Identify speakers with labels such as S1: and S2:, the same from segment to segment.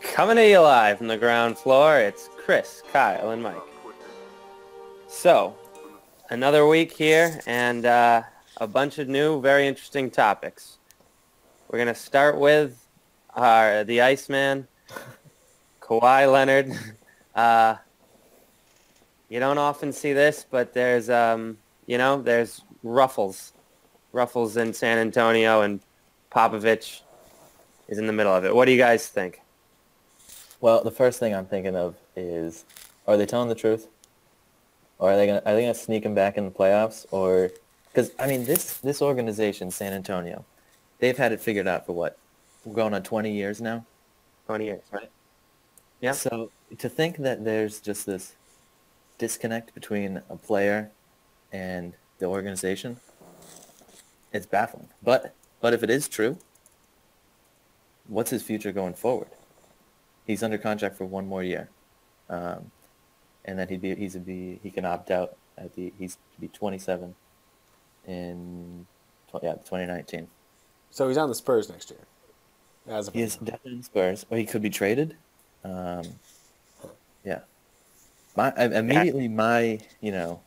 S1: Coming to you live from the ground floor, it's Chris, Kyle, and Mike. So, another week here and uh, a bunch of new, very interesting topics. We're going to start with our, the Iceman, Kawhi Leonard. Uh, you don't often see this, but there's, um, you know, there's ruffles. Ruffles in San Antonio, and Popovich is in the middle of it. What do you guys think?
S2: Well, the first thing I'm thinking of is, are they telling the truth? Or are they gonna are they gonna sneak him back in the playoffs? Or because I mean this this organization, San Antonio, they've had it figured out for what we're going on 20 years now.
S1: 20 years.
S2: Right.
S1: Yeah.
S2: So to think that there's just this disconnect between a player and the organization, it's baffling. But but if it is true, what's his future going forward? He's under contract for one more year, um, and then he'd be he's a be he can opt out at the he's to be 27 in tw- yeah 2019.
S3: So he's on the Spurs next year. As of
S2: He is definitely in Spurs, or he could be traded. Um, yeah, my I, immediately my you know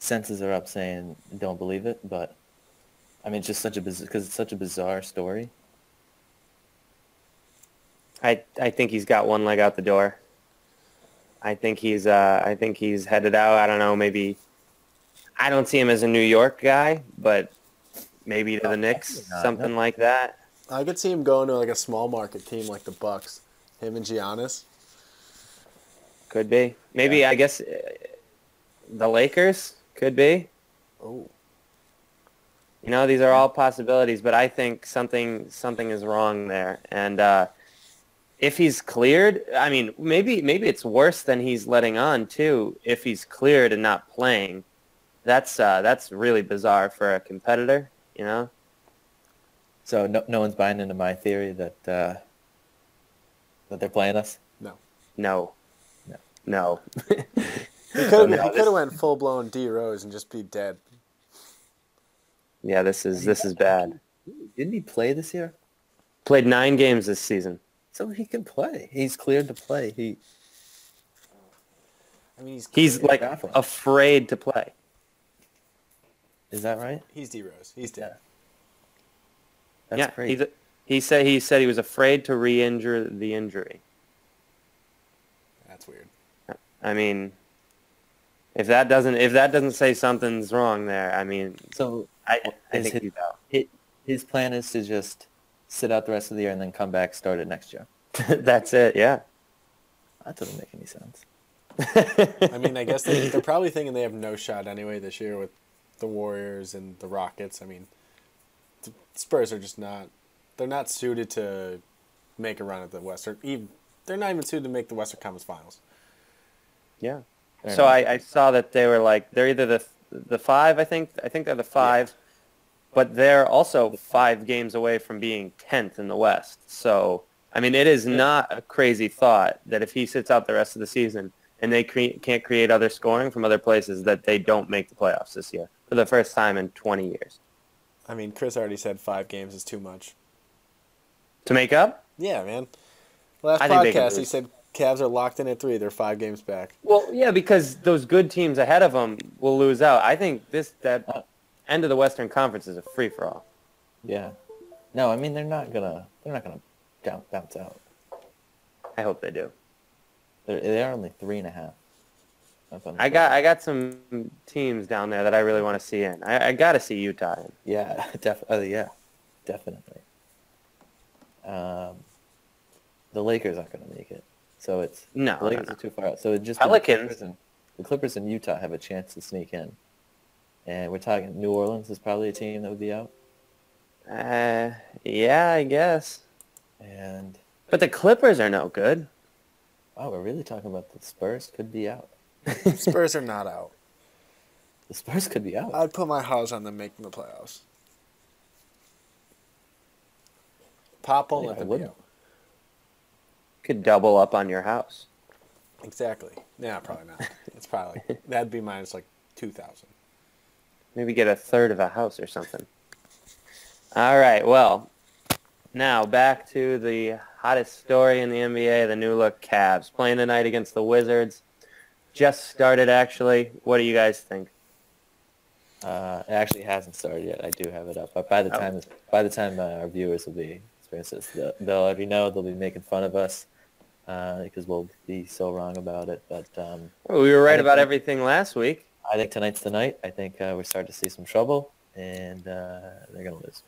S2: senses are up saying don't believe it, but I mean it's just such a because it's such a bizarre story.
S1: I, I think he's got one leg out the door. I think he's uh, I think he's headed out. I don't know. Maybe I don't see him as a New York guy, but maybe to the Knicks,
S2: not,
S1: something like that.
S3: I could see him going to like a small market team like the Bucks. Him and Giannis.
S1: Could be. Maybe I guess uh, the Lakers could be.
S3: Oh,
S1: You know, these are all possibilities, but I think something something is wrong there. And uh, if he's cleared, I mean, maybe maybe it's worse than he's letting on too. If he's cleared and not playing, that's uh, that's really bizarre for a competitor. You know,
S2: So no, no one's buying into my theory that uh, that they're playing us.
S3: no.
S1: no,
S2: No.
S1: no.
S3: He could
S1: no,
S3: have
S1: this-
S3: went full blown D Rose and just be dead.
S1: Yeah, this is this is bad.
S2: Didn't he play this year?
S1: Played nine games this season.
S2: So he can play. He's cleared to play. He
S3: I mean, he's
S1: He's like
S2: Baffling.
S1: afraid to play.
S2: is that right?
S3: he's D Rose. He's dead.
S2: That's
S1: yeah,
S2: crazy.
S1: he's- he said he said he was afraid to re-injure the injury.
S3: That's weird.
S1: I mean, if that doesn't if that doesn't say something's wrong there, I mean,
S2: so
S1: I, I
S2: Is
S1: think
S2: it-
S1: he's out.
S2: hi- his plan is to just sit out the rest of the year and then come back, start it next year.
S1: That's it. Yeah.
S2: That doesn't make any sense.
S3: I mean, I guess they, they're probably thinking they have no shot anyway this year with the Warriors and the Rockets. I mean, the Spurs are just not. They're not suited to make a run at the Western. Even they're not even suited to make the Western Conference Finals.
S1: Yeah.
S2: Fair
S1: so
S2: enough.
S1: I, I saw that they were like they're either the the five I think I think they're the five, but they're also five games away from being tenth in the West. So I mean, it is not a crazy thought that if he sits out the rest of the season and they cre- can't create other scoring from other places, that they don't make the playoffs this year for the first time in 20 years.
S3: I mean, Chris already said five games is too much.
S1: To make up,
S3: Yeah, man. Last
S1: I think they can
S3: podcast, he
S1: lose.
S3: said Cavs are locked in at three. They're five games back.
S1: Well, yeah, because those good teams ahead of them will lose out. I think this that end of the Western Conference is a free for all.
S2: Yeah. No, I mean they're not gonna they're not gonna down, bounce out.
S1: I hope they do.
S2: They're, they are only three and a half. up on the
S1: I got I got some teams down there that I really want to see in. I, I got to see Utah in.
S2: Yeah, def- uh, yeah, definitely. Um, the Lakers aren't going to make it, so it's
S1: No,
S2: The Lakers
S1: no, no.
S2: are too far out. So it just
S1: Pelicans.
S2: The Clippers, and, the Clippers and Utah have a chance to sneak in, and we're talking New Orleans is probably a team that would be out,
S1: Uh, yeah, I guess.
S2: and
S1: But the Clippers are no good.
S2: wow, Oh, we're really talking about the Spurs could be out.
S3: Spurs are not out.
S2: The Spurs could be out.
S3: I'd put my house on them making the playoffs. Pop won't
S2: Yeah,
S3: let
S2: I
S3: them be
S2: wouldn't.
S3: out.
S1: Could double up on your house.
S3: Exactly. Nah, probably not. It's probably that'd be minus like two thousand.
S1: Maybe get a third of a house or something. All right. Well, Now back to the hottest story in the NBA: the new look Cavs playing tonight against the Wizards. Just started actually. What do you guys think?
S2: Uh, it actually hasn't started yet. I do have it up. But by the
S1: Oh.
S2: time by the time uh, our viewers will be experiencing this, they'll, they'll already know. They'll be making fun of us uh, because we'll be so wrong about it. But um,
S1: Well, we were
S2: I
S1: right
S2: think
S1: about
S2: we-
S1: everything last week.
S2: I think tonight's the night. I think uh, we're starting to see some trouble, and uh, they're gonna lose.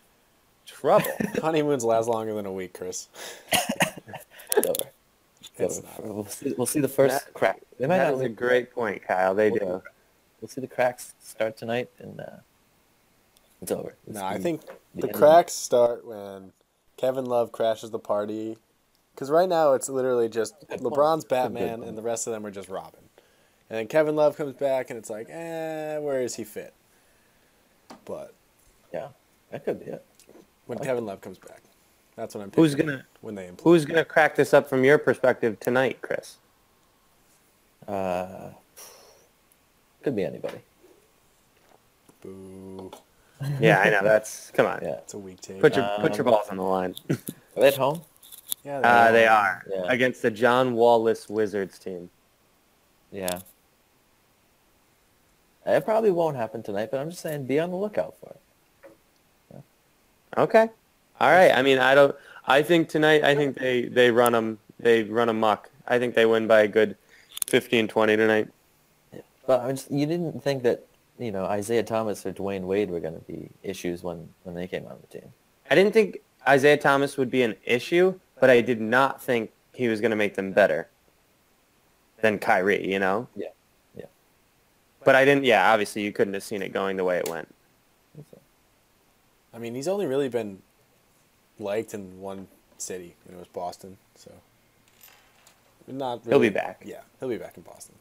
S1: Trouble.
S3: Honeymoons last longer than a week, Chris.
S2: It's over. It's
S3: It's
S2: over.
S3: not.
S2: We'll see, we'll see the first
S1: That-
S2: crack. They might
S1: that
S2: not
S1: is a
S2: lose.
S1: great point, Kyle. They
S2: We'll,
S1: do.
S2: we'll see the cracks start tonight, and uh, it's over. It's
S3: No, I
S2: gonna
S3: think
S2: be
S3: the
S2: end.
S3: cracks start when Kevin Love crashes the party. Because right now it's literally just LeBron's Batman and the rest of them are just Robin. And then Kevin Love comes back and it's like, eh, where is he fit? But
S2: Yeah, that could be it.
S3: when Kevin Love comes back, that's what I'm
S1: Who's
S3: picking
S1: gonna-
S3: when they implode.
S1: Who's gonna crack this up from your perspective tonight, Chris?
S2: Uh, could be anybody.
S3: Boo.
S1: Yeah, I know. That's come on.
S2: Yeah.
S3: It's a weak take.
S1: Put your put your balls on the line.
S2: Are they at home?
S3: yeah,
S1: Uh, they are
S2: Yeah.
S1: against the John Wall-less Wizards team.
S2: Yeah. It probably won't happen tonight, but I'm just saying be on the lookout for it.
S1: Okay. All right. I mean, I don't. I think tonight. I think they they run them. They run amok. I think they win by a good 15-20 tonight.
S2: But I'm just, you didn't think that you know Isaiah Thomas or Dwayne Wade were going to be issues when when they came on the team.
S1: I didn't think Isaiah Thomas would be an issue, but I did not think he was going to make them better than Kyrie. You know.
S2: Yeah. Yeah.
S1: But I didn't. Yeah. Obviously, you couldn't have seen it going the way it went.
S3: I mean, he's only really been liked in one city, and it was Boston. So not.
S1: He'll be
S3: really-
S1: back.
S3: Yeah, he'll be back in Boston.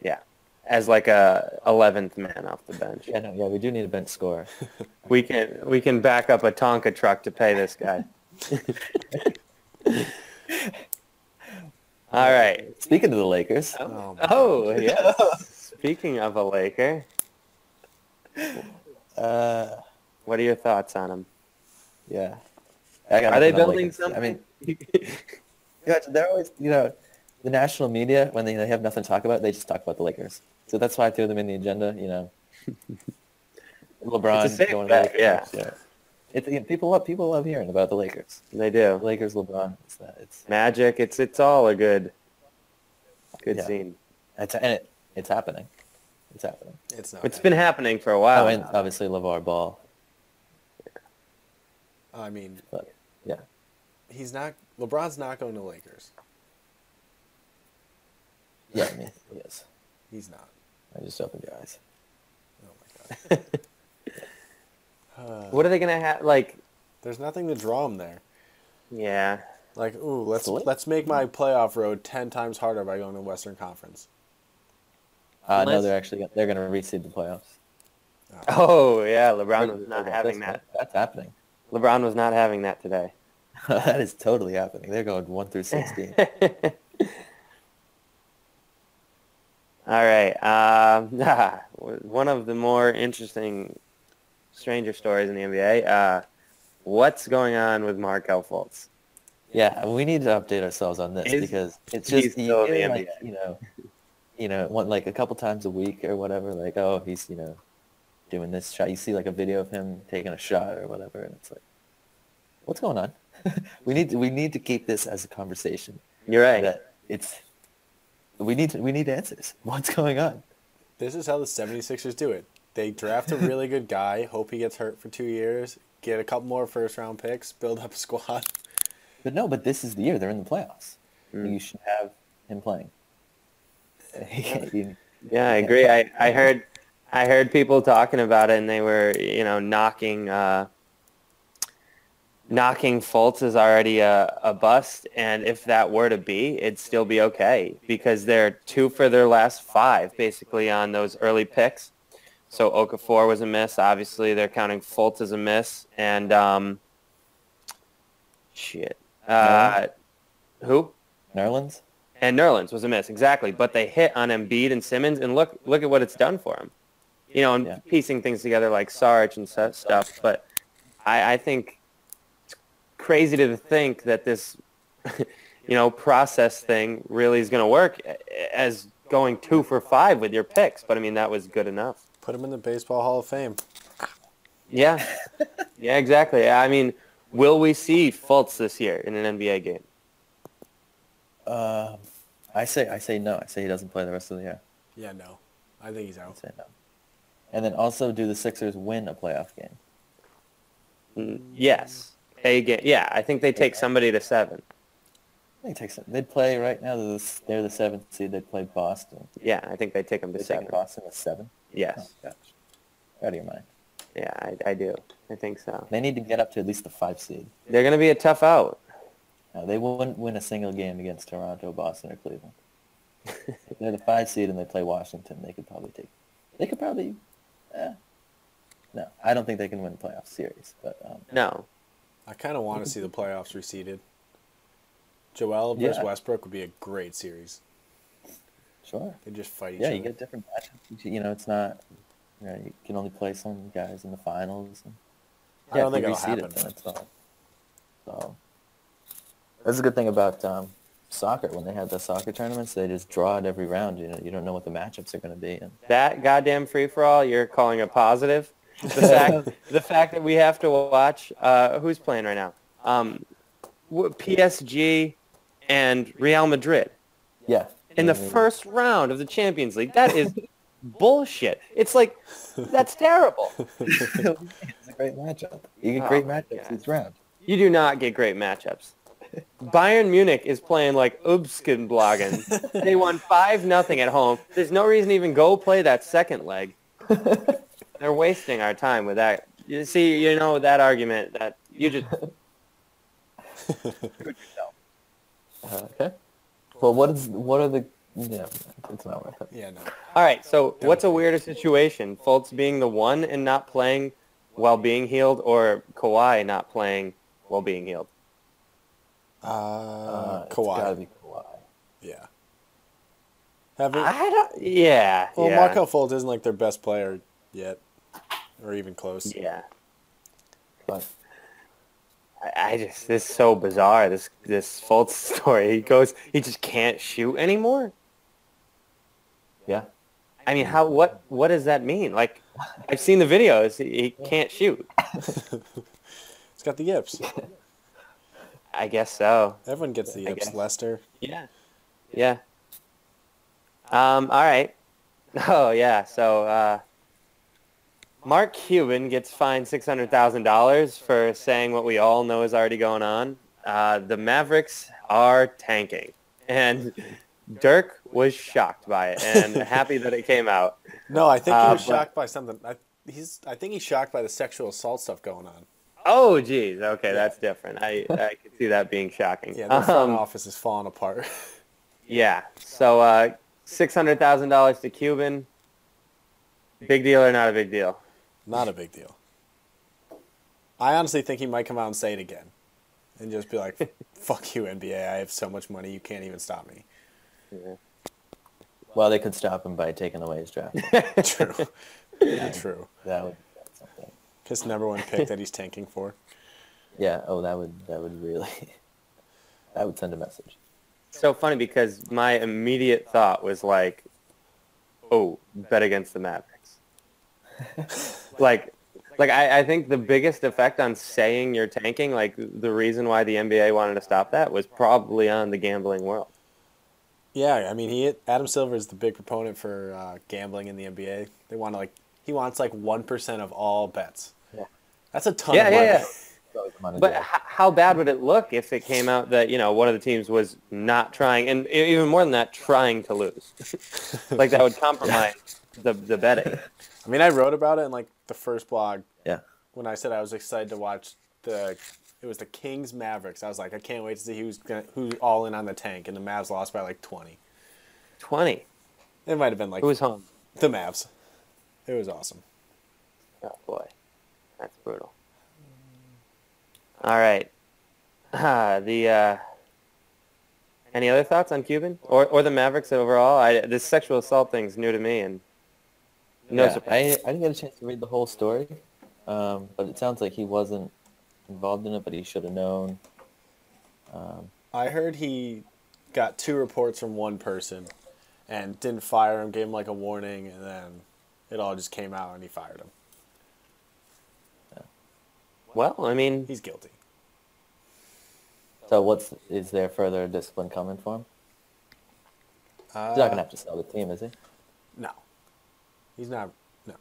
S1: Yeah. As like a 11th man off the bench.
S2: Yeah, no, yeah, we do need a bench scorer.
S1: We can we can back up a Tonka truck to pay this guy. All right.
S2: Speaking of the Lakers,
S3: Oh, my
S1: Oh yes. Speaking of a Laker,
S2: uh,
S1: what are your thoughts on him?
S2: yeah, I got
S1: Are they
S2: nothing on
S1: building
S2: Lakers.
S1: something?
S2: I mean, Yeah, they're always, you know, the national media, when they, they have nothing to talk about, they just talk about the Lakers. So that's why I threw them in the agenda, you know. LeBron
S1: It's a safe
S2: going
S1: bet,
S2: to the Lakers. Yeah. It's, you know, people, love, people love hearing about the Lakers.
S1: they
S2: The
S1: do.
S2: Lakers, LeBron. It's, that, it's,
S1: Magic. It's it's all a good good
S2: Yeah.
S1: scene.
S2: it's, and it, it's happening. It's happening.
S3: It's not.
S1: It's
S3: bad.
S1: been happening for a while.
S2: Oh, and
S1: now.
S2: obviously LeVar Ball.
S3: I mean,
S2: But, yeah.
S3: he's not. LeBron's not going to Lakers.
S2: Yeah, I mean, yes.
S3: He's not.
S2: I just opened your eyes.
S3: Oh my god. Uh,
S1: what are they gonna have? Like,
S3: there's nothing to draw him there.
S1: yeah.
S3: Like, ooh, let's
S2: Sweet.
S3: let's make my playoff road ten times harder by going to Western Conference.
S2: Uh, no,
S1: Unless-
S2: they're actually they're going to reseed the playoffs.
S1: Oh yeah, LeBron was not
S2: Okay,
S1: having
S2: that's-
S1: that.
S2: That's happening.
S1: LeBron was not having that today.
S2: that is totally happening. They're going one through sixteen.
S1: All right. Um, one of the more interesting stranger stories in the NBA. Uh, what's going on with Markel Fultz?
S2: Yeah, we need to update ourselves on this
S1: Is-
S2: because it's
S1: he's
S2: just you,
S1: still in the
S2: hear, like,
S1: NBA.
S2: you know, you know, one like a couple times a week or whatever. Like, oh, he's you know, doing this shot. You see like a video of him taking a shot or whatever, and it's like, what's going on? we need to, we need to keep this as a conversation.
S1: You're right.
S2: That it's we need to, we need answers. What's going on?
S3: This is how the 76ers do it. They draft a really good guy, hope he gets hurt for two years, get a couple more first round picks, build up a squad.
S2: But no, but this is the year they're in the playoffs. You should have him playing. You-
S1: Yeah, I agree. I, I heard I heard people talking about it, and they were you know knocking uh, knocking Fultz is already a, a bust, and if that were to be, it'd still be okay because they're two for their last five basically on those early picks. So Okafor was a miss. Obviously, they're counting Fultz as a miss, and um, shit. Uh, who?
S2: Nerlens?
S1: And Nerlens was a miss, exactly. But they hit on Embiid and Simmons, and look, look at what it's done for him. You know, and
S2: Yeah.
S1: piecing things together like Sarge and su- stuff. But I, I think crazy to think that this, you know, process thing really is going to work as going two for five with your picks. But I mean, that was good enough.
S3: Put him in the Baseball Hall of Fame.
S1: Yeah, yeah, exactly. I mean, will we see Fultz this year in an NBA game?
S2: Uh, I say I say no. I say he doesn't play the rest of the year.
S3: Yeah, no. I think he's
S2: I
S3: out.
S2: say no. And then also, do the Sixers win a playoff game?
S1: Mm, Yes, a game. Yeah, I think they take somebody to seven.
S2: They take some, they'd play right now. They're the, s- they're the seventh seed. They'd play Boston.
S1: Yeah, I think they take them
S2: They
S1: to
S2: take
S1: seven.
S2: Boston with seven. Oh,
S1: Yes,
S2: gosh, out of your mind.
S1: yeah, I, I do. I think so.
S2: They need to get up to at least the five seed.
S1: They're going to be a tough out.
S2: No, they wouldn't win a single game against Toronto, Boston, or Cleveland. if they're the five seed and they play Washington, they could probably take. They could probably. Eh, no, I don't think they can win the playoff series. But um,
S1: No,
S3: I kind of want to see the playoffs reseeded. Joel versus
S2: Yeah.
S3: Westbrook would be a great series.
S2: sure.
S3: They just fight each
S2: Yeah,
S3: other.
S2: you get different matchups. You you know, it's not. You, know, you can only play some guys in the finals. And,
S3: I don't
S2: if
S3: think
S2: you
S3: it'll
S2: reseed
S3: happen.
S2: It, then it's not. So that's a good thing about um, soccer. When they have the soccer tournaments, they just draw it every round. You know, you don't know what the matchups are going to be. And
S1: that goddamn free for all you're calling a positive. The fact, the fact that we have to watch uh, who's playing right now, um, w- PSG and Real Madrid
S2: yeah,
S1: in the
S2: I mean,
S1: first round of the Champions League. That is bullshit. It's like that's terrible.
S2: It's a great matchup. You get
S1: Oh
S2: great
S1: my
S2: matchups
S1: God.
S2: each round.
S1: You do not get great matchups. Bayern Munich is playing like Ubskenblagen. they won 5 nothing at home. There's no reason to even go play that second leg. They're wasting our time with that. You see, you know that argument that you just
S2: Uh-huh. okay. Well, what is what are the? Yeah, it's not worth it.
S3: Yeah, no.
S1: All right, so what's a weirder situation? Fultz being the one and not playing while being healed or Kawhi not playing while being healed?
S3: Uh,
S2: it's gotta
S3: Kawhi.
S2: be Kawhi.
S3: Yeah. Have it,
S1: I don't yeah.
S3: well,
S1: yeah.
S3: Markel Fultz isn't like their best player yet, or even close.
S1: Yeah.
S2: But
S1: I I just this is so bizarre. This this Fultz story. He goes. He just can't shoot anymore.
S2: yeah,
S1: I mean, how? What? What does that mean? Like, I've seen the videos. He, he can't shoot.
S3: He's got the yips.
S1: I guess so.
S3: Everyone gets the
S1: I
S3: yips.
S1: guess.
S3: Lester.
S1: Yeah. Yeah. Um. All right. Oh yeah. So, uh, Mark Cuban gets fined six hundred thousand dollars for saying what we all know is already going on. Uh, the Mavericks are tanking, and Dirk was shocked by it and happy that it came out.
S3: No, I think he
S1: Uh,
S3: was
S1: but-
S3: shocked by something. I, he's. I think he's shocked by the sexual assault stuff going on.
S1: Oh, geez. Okay, that's different. I I could see that being shocking.
S3: Yeah, their front
S1: Um,
S3: office is falling apart.
S1: Yeah. So uh, six hundred thousand dollars to Cuban. Big deal or not a big deal?
S3: Not a big deal. I honestly think he might come out and say it again, and just be like, "Fuck you, NBA! I have so much money, you can't even stop me."
S2: well, they could stop him by taking away his draft. pick.
S3: True. True.
S2: that would that's something.
S3: His number one pick that he's tanking for.
S2: Yeah. Oh, that would that would really that would send a message.
S1: So funny because my immediate thought was like, oh, bet against the Mavericks. like, like I, I think the biggest effect on saying you're tanking, like the reason why the NBA wanted to stop that was probably on the gambling world.
S3: Yeah, I mean, he Adam Silver is the big proponent for uh, gambling in the NBA. They want to like he wants like one percent of all bets.
S2: Yeah.
S3: That's a ton.
S1: Yeah,
S3: of
S1: yeah, yeah.
S3: money.
S1: But
S2: But
S1: h- how bad would it look if it came out that you know one of the teams was not trying, and e- even more than that, trying to lose? like that would compromise the the betting.
S3: I mean, I wrote about it in like the first blog
S2: yeah,
S3: when I said I was excited to watch the it was the Kings Mavericks. I was like, I can't wait to see who's gonna, who's all in on the tank, and the Mavs lost by like twenty.
S1: Twenty.
S3: It might have been like
S1: Who was home?
S3: the Mavs. It was awesome.
S1: Oh boy, that's brutal. All right. Ah, the uh, any other thoughts on Cuban or or the Mavericks overall? I, this sexual assault thing's new to me, and no
S2: Yeah,
S1: surprise.
S2: I I didn't get a chance to read the whole story, um, but it sounds like he wasn't involved in it, but he should have known. Um,
S3: I heard he got two reports from one person and didn't fire him, gave him like a warning, and then it all just came out and he fired him.
S1: Well, I mean,
S3: He's guilty.
S2: so what's is there further discipline coming for him? He's not gonna have to sell the team, is he?
S3: No. He's not. No.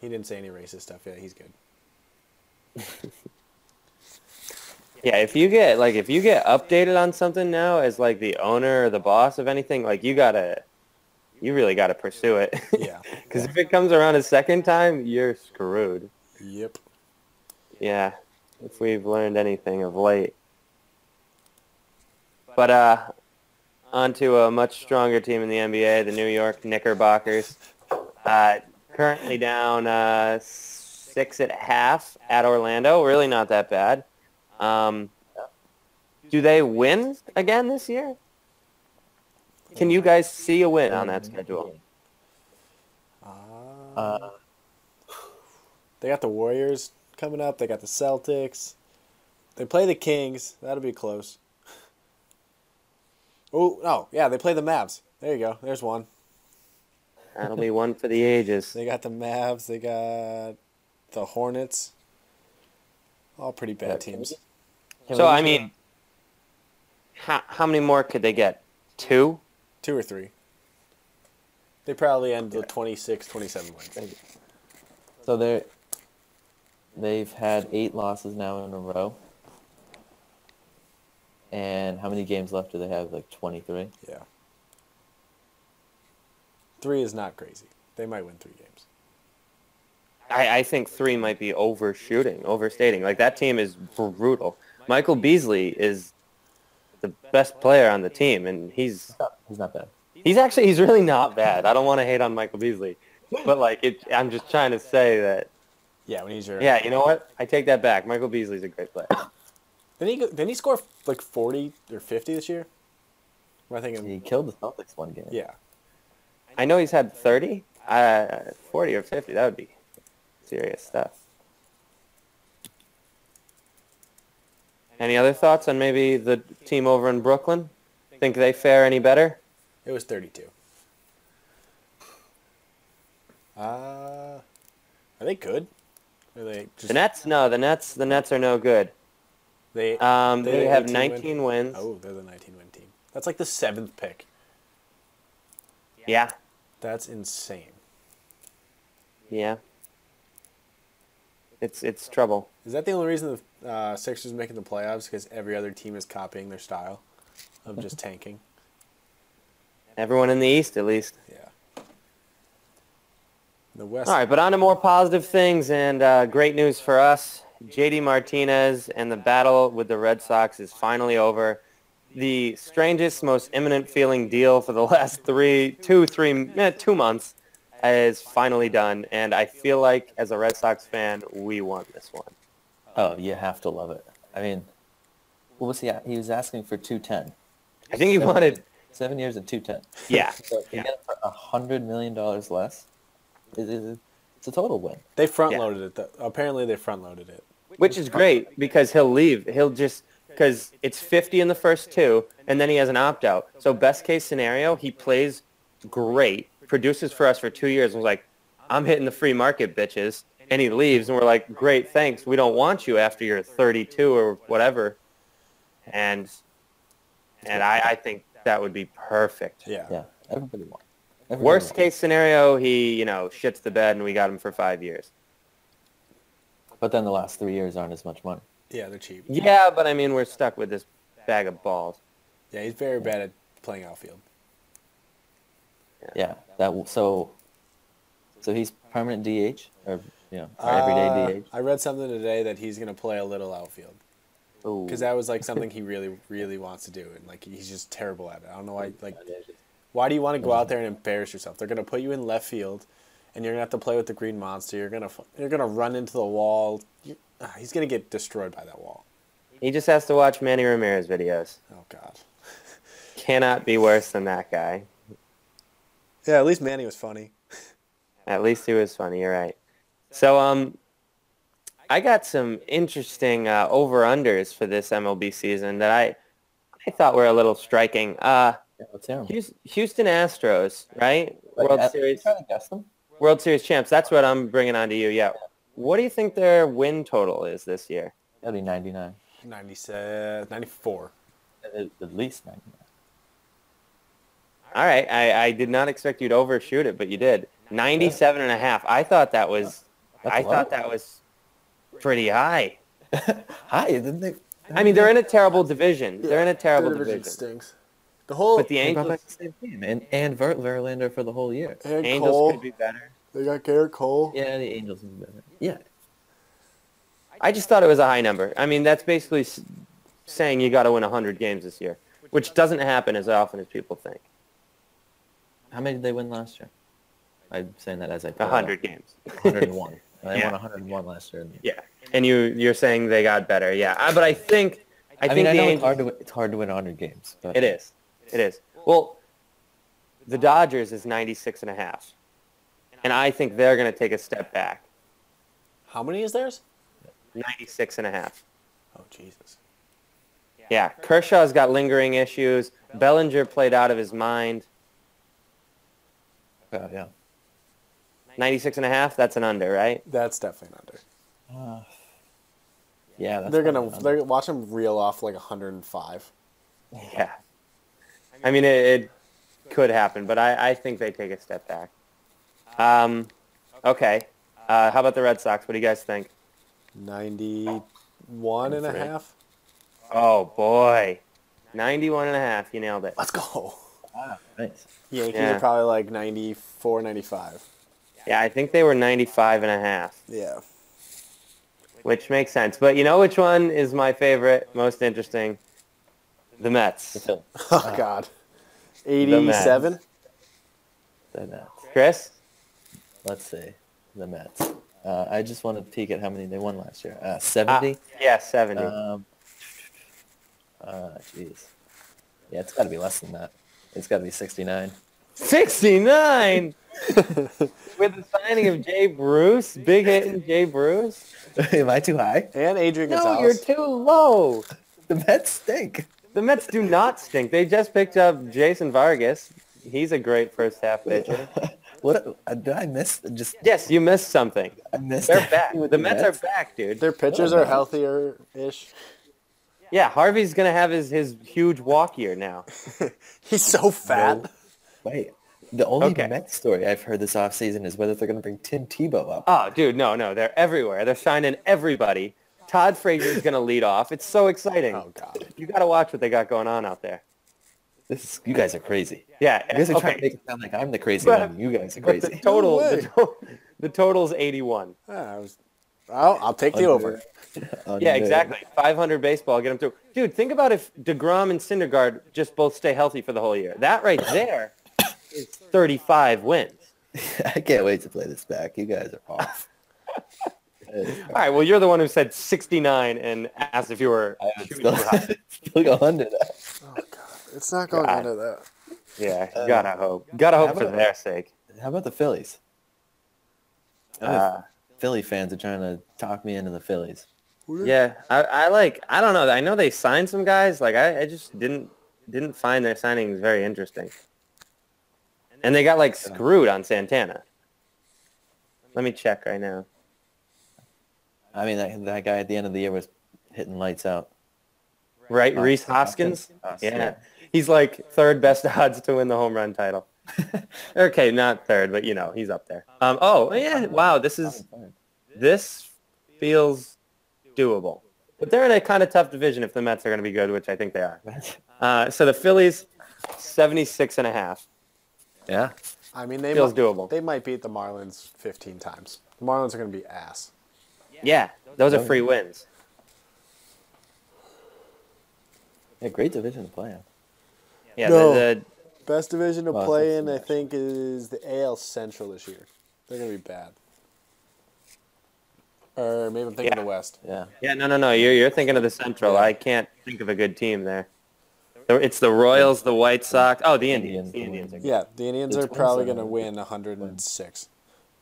S3: He didn't say any racist stuff. Yeah, he's good.
S1: yeah, if you get like if you get updated on something now as like the owner or the boss of anything, like you gotta, you really gotta pursue it.
S3: Yeah.
S1: Because if it comes around a second time, you're screwed.
S3: Yep.
S1: Yeah, if we've learned anything of late. But uh, on to a much stronger team in the NBA, the New York Knickerbockers. Uh, currently down uh, six at half at Orlando. Really not that bad. Um, do they win again this year? Can you guys see a win on that schedule?
S3: Uh,
S2: Uh,
S3: they got the Warriors coming up. They got the Celtics. They play the Kings. That'll be close. Oh, no. Yeah, they play the Mavs. There you go. There's one.
S1: That'll be one for the ages.
S3: They got the Mavs. They got the Hornets. All pretty
S2: Yeah,
S3: bad teams.
S2: can
S1: So
S2: we-
S1: I mean, how how many more could they get? Two.
S3: Two or three. They probably end with 26, 27 wins.
S2: so they're they've had eight losses now in a row. And how many games left do they have? Like twenty-three.
S3: Yeah. Three is not crazy. They might win three games.
S1: I, I think three might be overshooting, overstating. Like that team is brutal. Michael Beasley is the best player on the team, and he's
S2: He's not bad.
S1: he's actually he's really not bad. I don't want to hate on Michael Beasley, but like it, I'm just trying to say that.
S3: Yeah, when he's your
S1: Yeah, you know what? I take that back. Michael Beasley's a great player.
S3: Didn't he, go- didn't he score like 40 or 50 this year? Am I thinking?
S2: He killed the Celtics one game.
S3: Yeah.
S1: I know he's had 30, uh, 40 or 50. That would be serious stuff. Any other thoughts on maybe the team over in Brooklyn? Think they fare any better?
S3: It was 32. Uh, are they good? Are they just.
S1: The Nets? No, the Nets. The Nets are no good.
S3: They,
S1: Um,
S3: they're
S1: they
S3: the
S1: have
S3: 18 win-
S1: 19 wins.
S3: Oh, they're the 19 win team. That's like the seventh pick.
S1: Yeah,
S3: That's insane.
S1: yeah. It's it's trouble.
S3: Is that the only reason the uh, Sixers are making the playoffs? Because every other team is copying their style of just tanking.
S1: Everyone in the East, at least.
S3: Yeah. The West.
S1: All right, but on to more positive things and uh, great news for us. JD Martinez and the battle with the Red Sox is finally over. The strangest, most imminent feeling deal for the last three, two, three, eh, two months is finally done, and I feel like as a Red Sox fan, we won this one.
S2: Oh, you have to love it. I mean, what was he? a- He was asking for two ten.
S1: I think he wanted,
S2: seven years and two ten.
S1: yeah,
S2: So to
S1: Yeah.
S2: get it for a hundred million dollars less, it, it, it's a total win.
S3: They front loaded it. Though. Apparently, they front loaded it.
S1: which is great because he'll leave. He'll just because it's 50 in the first two, and then he has an opt out. So best case scenario, he plays great, produces for us for two years, and was like, I'm hitting the free market, bitches. And he leaves, and we're like, great, thanks. We don't want you after you're 32 or whatever. And and I, I think that would be perfect.
S3: Yeah.
S2: Yeah, everybody won. Everybody
S1: Worst
S2: won.
S1: case scenario, he you know shits the bed, and we got him for five years.
S2: But then the last three years aren't as much money.
S3: Yeah, they're cheap.
S1: Yeah, but I mean, we're stuck with this bag of balls.
S3: Yeah, he's very bad at playing outfield.
S2: Yeah, that w- so. So he's permanent DH or you know or everyday
S3: Uh,
S2: DH.
S3: I read something today that he's going to play a little outfield
S2: Ooh,
S3: because that was like something he really, really wants to do, and like he's just terrible at it. I don't know why. Like,
S2: that is-
S3: why do you want to go out there and embarrass yourself? They're going to put you in left field, and you're going to have to play with the green monster. You're going to you're going to run into the wall. You, ah, he's going to get destroyed by that wall.
S1: He just has to watch Manny Ramirez videos.
S3: Oh God.
S1: Cannot be worse than that guy.
S3: Yeah, at least Manny was funny.
S1: At least he was funny. You're right. So um, I got some interesting uh, over/unders for this MLB season that I I thought were a little striking. Uh,
S2: Yeah, let's hear 'em.
S1: Hous- Houston Astros, right?
S2: Wait,
S1: World
S2: uh,
S1: Series,
S2: Trying to guess them.
S1: World Series champs. That's what I'm bringing on to you. Yeah. What do you think their win total is this year?
S2: That'd be 99.
S3: 97, 94.
S2: At, at least 99.
S1: All right. I, I did not expect you to overshoot it, but you did. 97 and a half. I thought that was,
S2: That's
S1: I
S2: low.
S1: thought that was pretty high.
S2: Hi, didn't they?
S1: I mean, they're in a terrible division. They're in a terrible
S3: Their
S1: division.
S3: stinks. The whole
S1: But the
S2: They brought
S1: Angels,
S2: back the same team, and and Ver- Verlander for the whole year.
S3: Garrett
S1: Angels
S3: Cole.
S1: could be better.
S3: they got Garrett Cole.
S2: Yeah, the Angels is better. Yeah,
S1: I just thought it was a high number. I mean, that's basically s- saying you got to win 100 games this year, which doesn't happen as often as people think.
S2: How many did they win last year? I'm saying that as I pull it up.
S1: 100 games.
S2: 101. And they
S1: Yeah.
S2: won 101 last year.
S1: Yeah. And you, you're saying they got better. Yeah. I, but I think, I,
S2: I,
S1: think
S2: mean,
S1: the
S2: I know
S1: Angels,
S2: it's hard to win, it's hard to win 100 games, but
S1: It is. It is. Well, the Dodgers is 96 and a half. And I think they're going to take a step back.
S3: How many is theirs?
S1: 96 and a half.
S3: Oh Jesus.
S1: Yeah, Kershaw's got lingering issues. Bellinger played out of his mind.
S2: Oh, yeah.
S1: 96 and a half, that's an under, right?
S3: That's definitely an under.
S2: Yeah, that's
S3: they're
S2: probably
S3: gonna
S2: not
S3: they're watch them reel off like 105.
S1: Yeah. I mean, it, it could happen, but I, I think they take a step back. Um, okay. Uh, how about the Red Sox? What do you guys think?
S3: 91 and a
S2: Three.
S3: half.
S1: Oh, boy. 91 and a half. You nailed it.
S3: Let's go.
S2: bad. Ah, nice.
S3: Yankees
S1: Yeah.
S3: are probably like 94, 95.
S1: Yeah, I think they were 95 and a half,
S3: Yeah.
S1: which makes sense. But you know which one is my favorite, most interesting? The Mets.
S2: So,
S3: Oh God. 87.
S2: the Mets.
S1: Chris?
S2: Let's see. The Mets. Uh, I just want to peek at how many they won last year. Uh,
S1: Ah,
S2: 70?
S1: yeah, 70.
S2: Um, uh, jeez. Yeah, it's got to be less than that. It's got to be 69.
S1: 69! With the signing of Jay Bruce, big hitting Jay Bruce.
S2: Am I too high?
S3: And Adrian
S1: No, you're
S3: Gonzalez.
S1: too low.
S2: The Mets stink.
S1: The Mets do not stink. They just picked up Jason Vargas. He's a great first half pitcher.
S2: What uh, did I miss? Just
S1: Yes, you missed something.
S2: I missed.
S1: They're back.
S2: with
S1: The Mets are back, dude.
S3: Their pitchers are healthier ish.
S1: Yeah, Harvey's gonna have his, his huge walk year now.
S3: He's so fat.
S2: Wait, the only
S1: Okay.
S2: Mets story I've heard this offseason is whether they're going to bring Tim Tebow up.
S1: Oh, dude, no, no, they're everywhere. They're signing everybody. Todd Frazier's gonna lead off. It's so exciting.
S3: Oh God.
S1: You gotta watch what they got going on out there.
S2: This is, you guys are crazy.
S1: Yeah,
S2: You guys are trying
S1: okay,
S2: to make it sound like I'm the crazy
S1: But-
S2: one. You guys are
S1: but the
S2: crazy.
S1: total,
S3: No
S1: the, to- the total's eighty-one.
S3: Ah, I was, I'll, I'll take the
S2: Under.
S3: over.
S1: Yeah,
S2: Under-
S1: exactly. Five hundred baseball, get them through. Dude, think about if Degrom and Syndergaard just both stay healthy for the whole year. That right there is thirty-five wins.
S2: I can't wait to play this back. You guys are off.
S1: All right, well, you're the one who said sixty-nine and asked if you were.
S2: I would
S1: shooting
S2: still,
S1: too high.
S2: still go under that.
S3: It's not going
S1: God.
S3: under that.
S1: Yeah,
S2: Uh,
S1: gotta hope. Gotta hope
S2: how
S1: for
S2: about-
S1: their sake.
S2: How about the Phillies? I don't know if
S1: Uh,
S2: Philly fans are trying to talk me into the Phillies.
S1: yeah, I, I like. I don't know. I know they signed some guys. Like I, I just didn't didn't find their signings very interesting. And they got like screwed on Santana. Let me check right now.
S2: I mean, that, that guy at the end of the year was hitting lights out.
S1: Right, Reese
S2: Hoskins?
S1: Hoskins.
S2: Hoskins,
S1: Yeah,
S2: yeah.
S1: he's like third best odds to win the home run title. okay, not third, but you know he's up there. Um. Oh yeah. Wow. This is this feels doable. But they're in a kind of tough division if the Mets are going to be good, which I think they are. Uh, so the Phillies, 76 and a half.
S2: yeah.
S3: I mean, they
S1: Feels
S3: might,
S1: doable.
S3: They might beat the Marlins 15 times. The Marlins are going to be ass.
S1: Yeah, those are free wins.
S2: Yeah, great division to play in.
S1: Yeah,
S3: No.
S1: the,
S3: Best division to
S2: Well,
S3: play
S2: that's
S3: in, I
S2: nice.
S3: think, is the AL Central this year. They're going to be bad. Or maybe I'm thinking
S1: Yeah.
S3: the West.
S2: Yeah.
S1: the, yeah, no, no, no. You're, you're thinking of the Central. I can't think of a good team there. The- It's the Royals, the White Sox. Oh, the Indians.
S2: Indians.
S1: The Indians. are good.
S3: Yeah, the Indians
S2: The
S3: are
S2: Twins
S3: probably
S2: are
S3: going to
S2: gonna
S3: win 106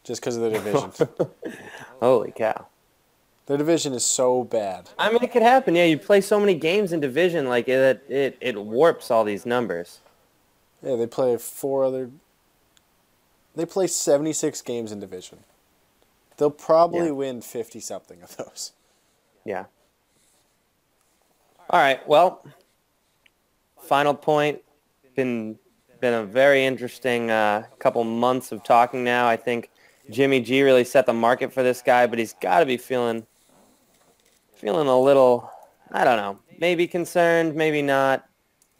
S3: just because of the division.
S1: Holy cow.
S3: Their division is so bad.
S1: I mean, it could happen. Yeah, you play so many games in division, like it it it warps all these numbers.
S3: Yeah, they play four other. They play 76 games in division. They'll probably
S1: Yeah.
S3: win 50 something of those.
S1: Yeah. All right. Well, final point. Been been a very interesting uh, couple months of talking now. I think Jimmy G really set the market for this guy, but he's got to be feeling feeling a little. I don't know. Maybe concerned. Maybe not.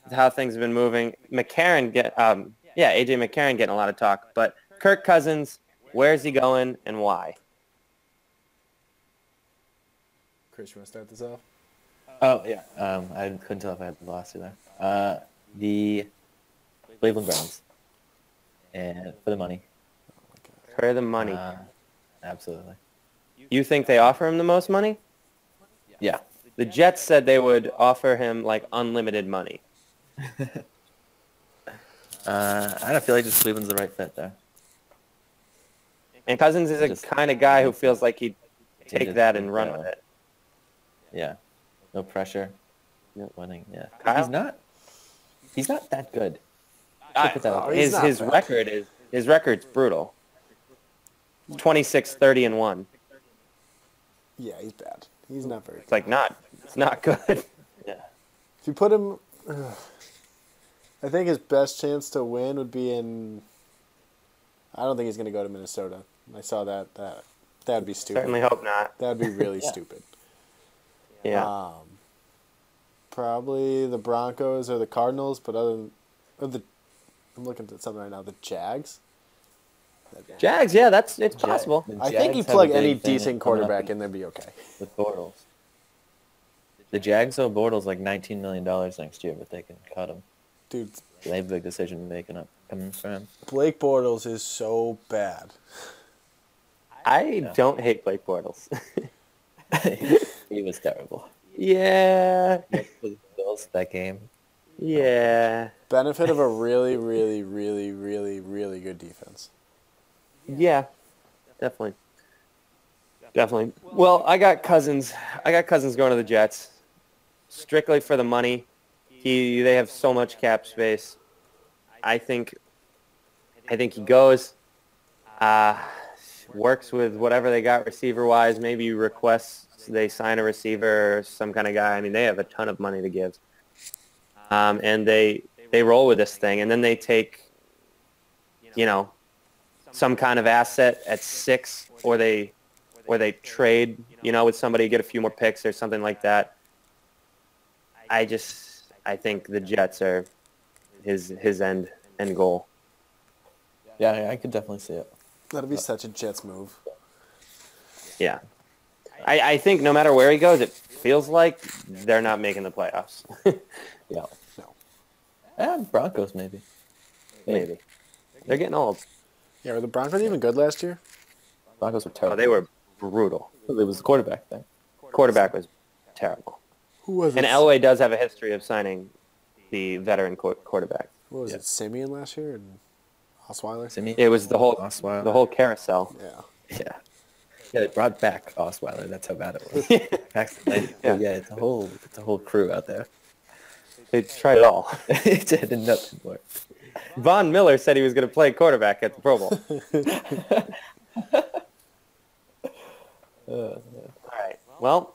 S1: with How things have been moving. McCarron get. Um, yeah, AJ McCarron getting a lot of talk, but Kirk Cousins, where's he going and why?
S3: Chris, you want to start this off?
S2: Oh yeah. Um, I couldn't tell if I had the velocity there. Uh, the Cleveland Browns, and for the money.
S1: For the money.
S2: Uh, absolutely.
S1: You think they offer him the most money?
S2: Yeah.
S1: The Jets said they would offer him like unlimited money.
S2: Uh, I don't feel like just Cleveland's the right fit there.
S1: And Cousins is the
S2: Just-
S1: kind of guy who feels like he'd take
S2: Just-
S1: that and run
S2: yeah.
S1: with it.
S2: Yeah. No pressure.
S1: Yeah.
S2: Winning. Yeah.
S1: Kyle?
S2: He's not. He's not that good.
S1: I-
S2: put that out there.
S1: his
S3: Oh, He's not
S1: his
S3: bad.
S1: record is his record's brutal. 26 30 and 1.
S3: Yeah, he's bad. He's not very good.
S1: It's like not it's not good.
S2: Yeah.
S3: If you put him, I think his best chance to win would be in. I don't think he's going to go to Minnesota. I saw that. That that would be
S1: Certainly
S3: stupid.
S1: hope not.
S3: That would be really
S2: Yeah.
S3: stupid.
S1: Yeah.
S3: Um, probably the Broncos or the Cardinals, but other than or the, I'm looking at something right now. The Jags.
S1: Jags, yeah, that's it's possible.
S2: The
S3: I think
S2: Jags
S3: you
S2: have a
S3: plug
S2: big
S3: any
S2: thing coming
S3: decent
S2: up
S3: quarterback in, they'd be okay.
S2: with Bortles. The Jags owe Bortles like nineteen million dollars next year, but they can cut him.
S3: Dude,
S2: They have a big decision making up coming for him.
S3: Blake Bortles is so bad.
S1: I don't hate Blake Bortles.
S2: he was terrible.
S1: yeah.
S2: For the Bills that game.
S1: Yeah.
S3: Benefit of a really, really, really, really, really good defense.
S1: Yeah, definitely. Definitely. Well, I got cousins. I got cousins going to the Jets, strictly for the money. He, they have so much cap space. I think, I think he goes, uh, works with whatever they got receiver wise. Maybe requests they sign a receiver or some kind of guy. I mean, they have a ton of money to give. Um, and they they roll with this thing, and then they take, you know, some kind of asset at six, or they, or they trade, you know, with somebody get a few more picks or something like that. I just, I think the Jets are his his end end goal.
S2: Yeah, I could definitely see it.
S3: That'd be such a Jets move.
S1: Yeah, I, I think no matter where he goes, it feels like they're not making the playoffs.
S2: Yeah.
S3: No.
S2: And Broncos maybe.
S1: Maybe they're getting old.
S3: Yeah, were the Broncos even good last year?
S2: Broncos were
S1: Oh,
S2: terrible.
S1: they were brutal.
S2: It was the quarterback thing.
S1: Quarterback was terrible,
S3: Who was
S1: and
S3: it?
S1: Elway does have a history of signing the veteran qu- quarterback.
S3: What was
S2: Yeah.
S3: it? Simeon last year and Osweiler.
S2: Simi?
S1: It was the whole
S2: Osweiler.
S1: the whole carousel.
S3: Yeah.
S2: Yeah. Yeah, they brought back Osweiler. That's how bad it was. Actually,
S1: Yeah.
S2: yeah. yeah, it's a whole, it's a whole crew out there.
S1: They tried it all.
S2: it did nothing work.
S1: Von Miller said he was going to play quarterback at the Pro Bowl. All right. Well,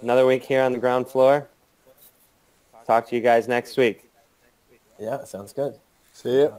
S1: another week here on the ground floor. Talk to you guys next week.
S2: Yeah, sounds good.
S3: See ya.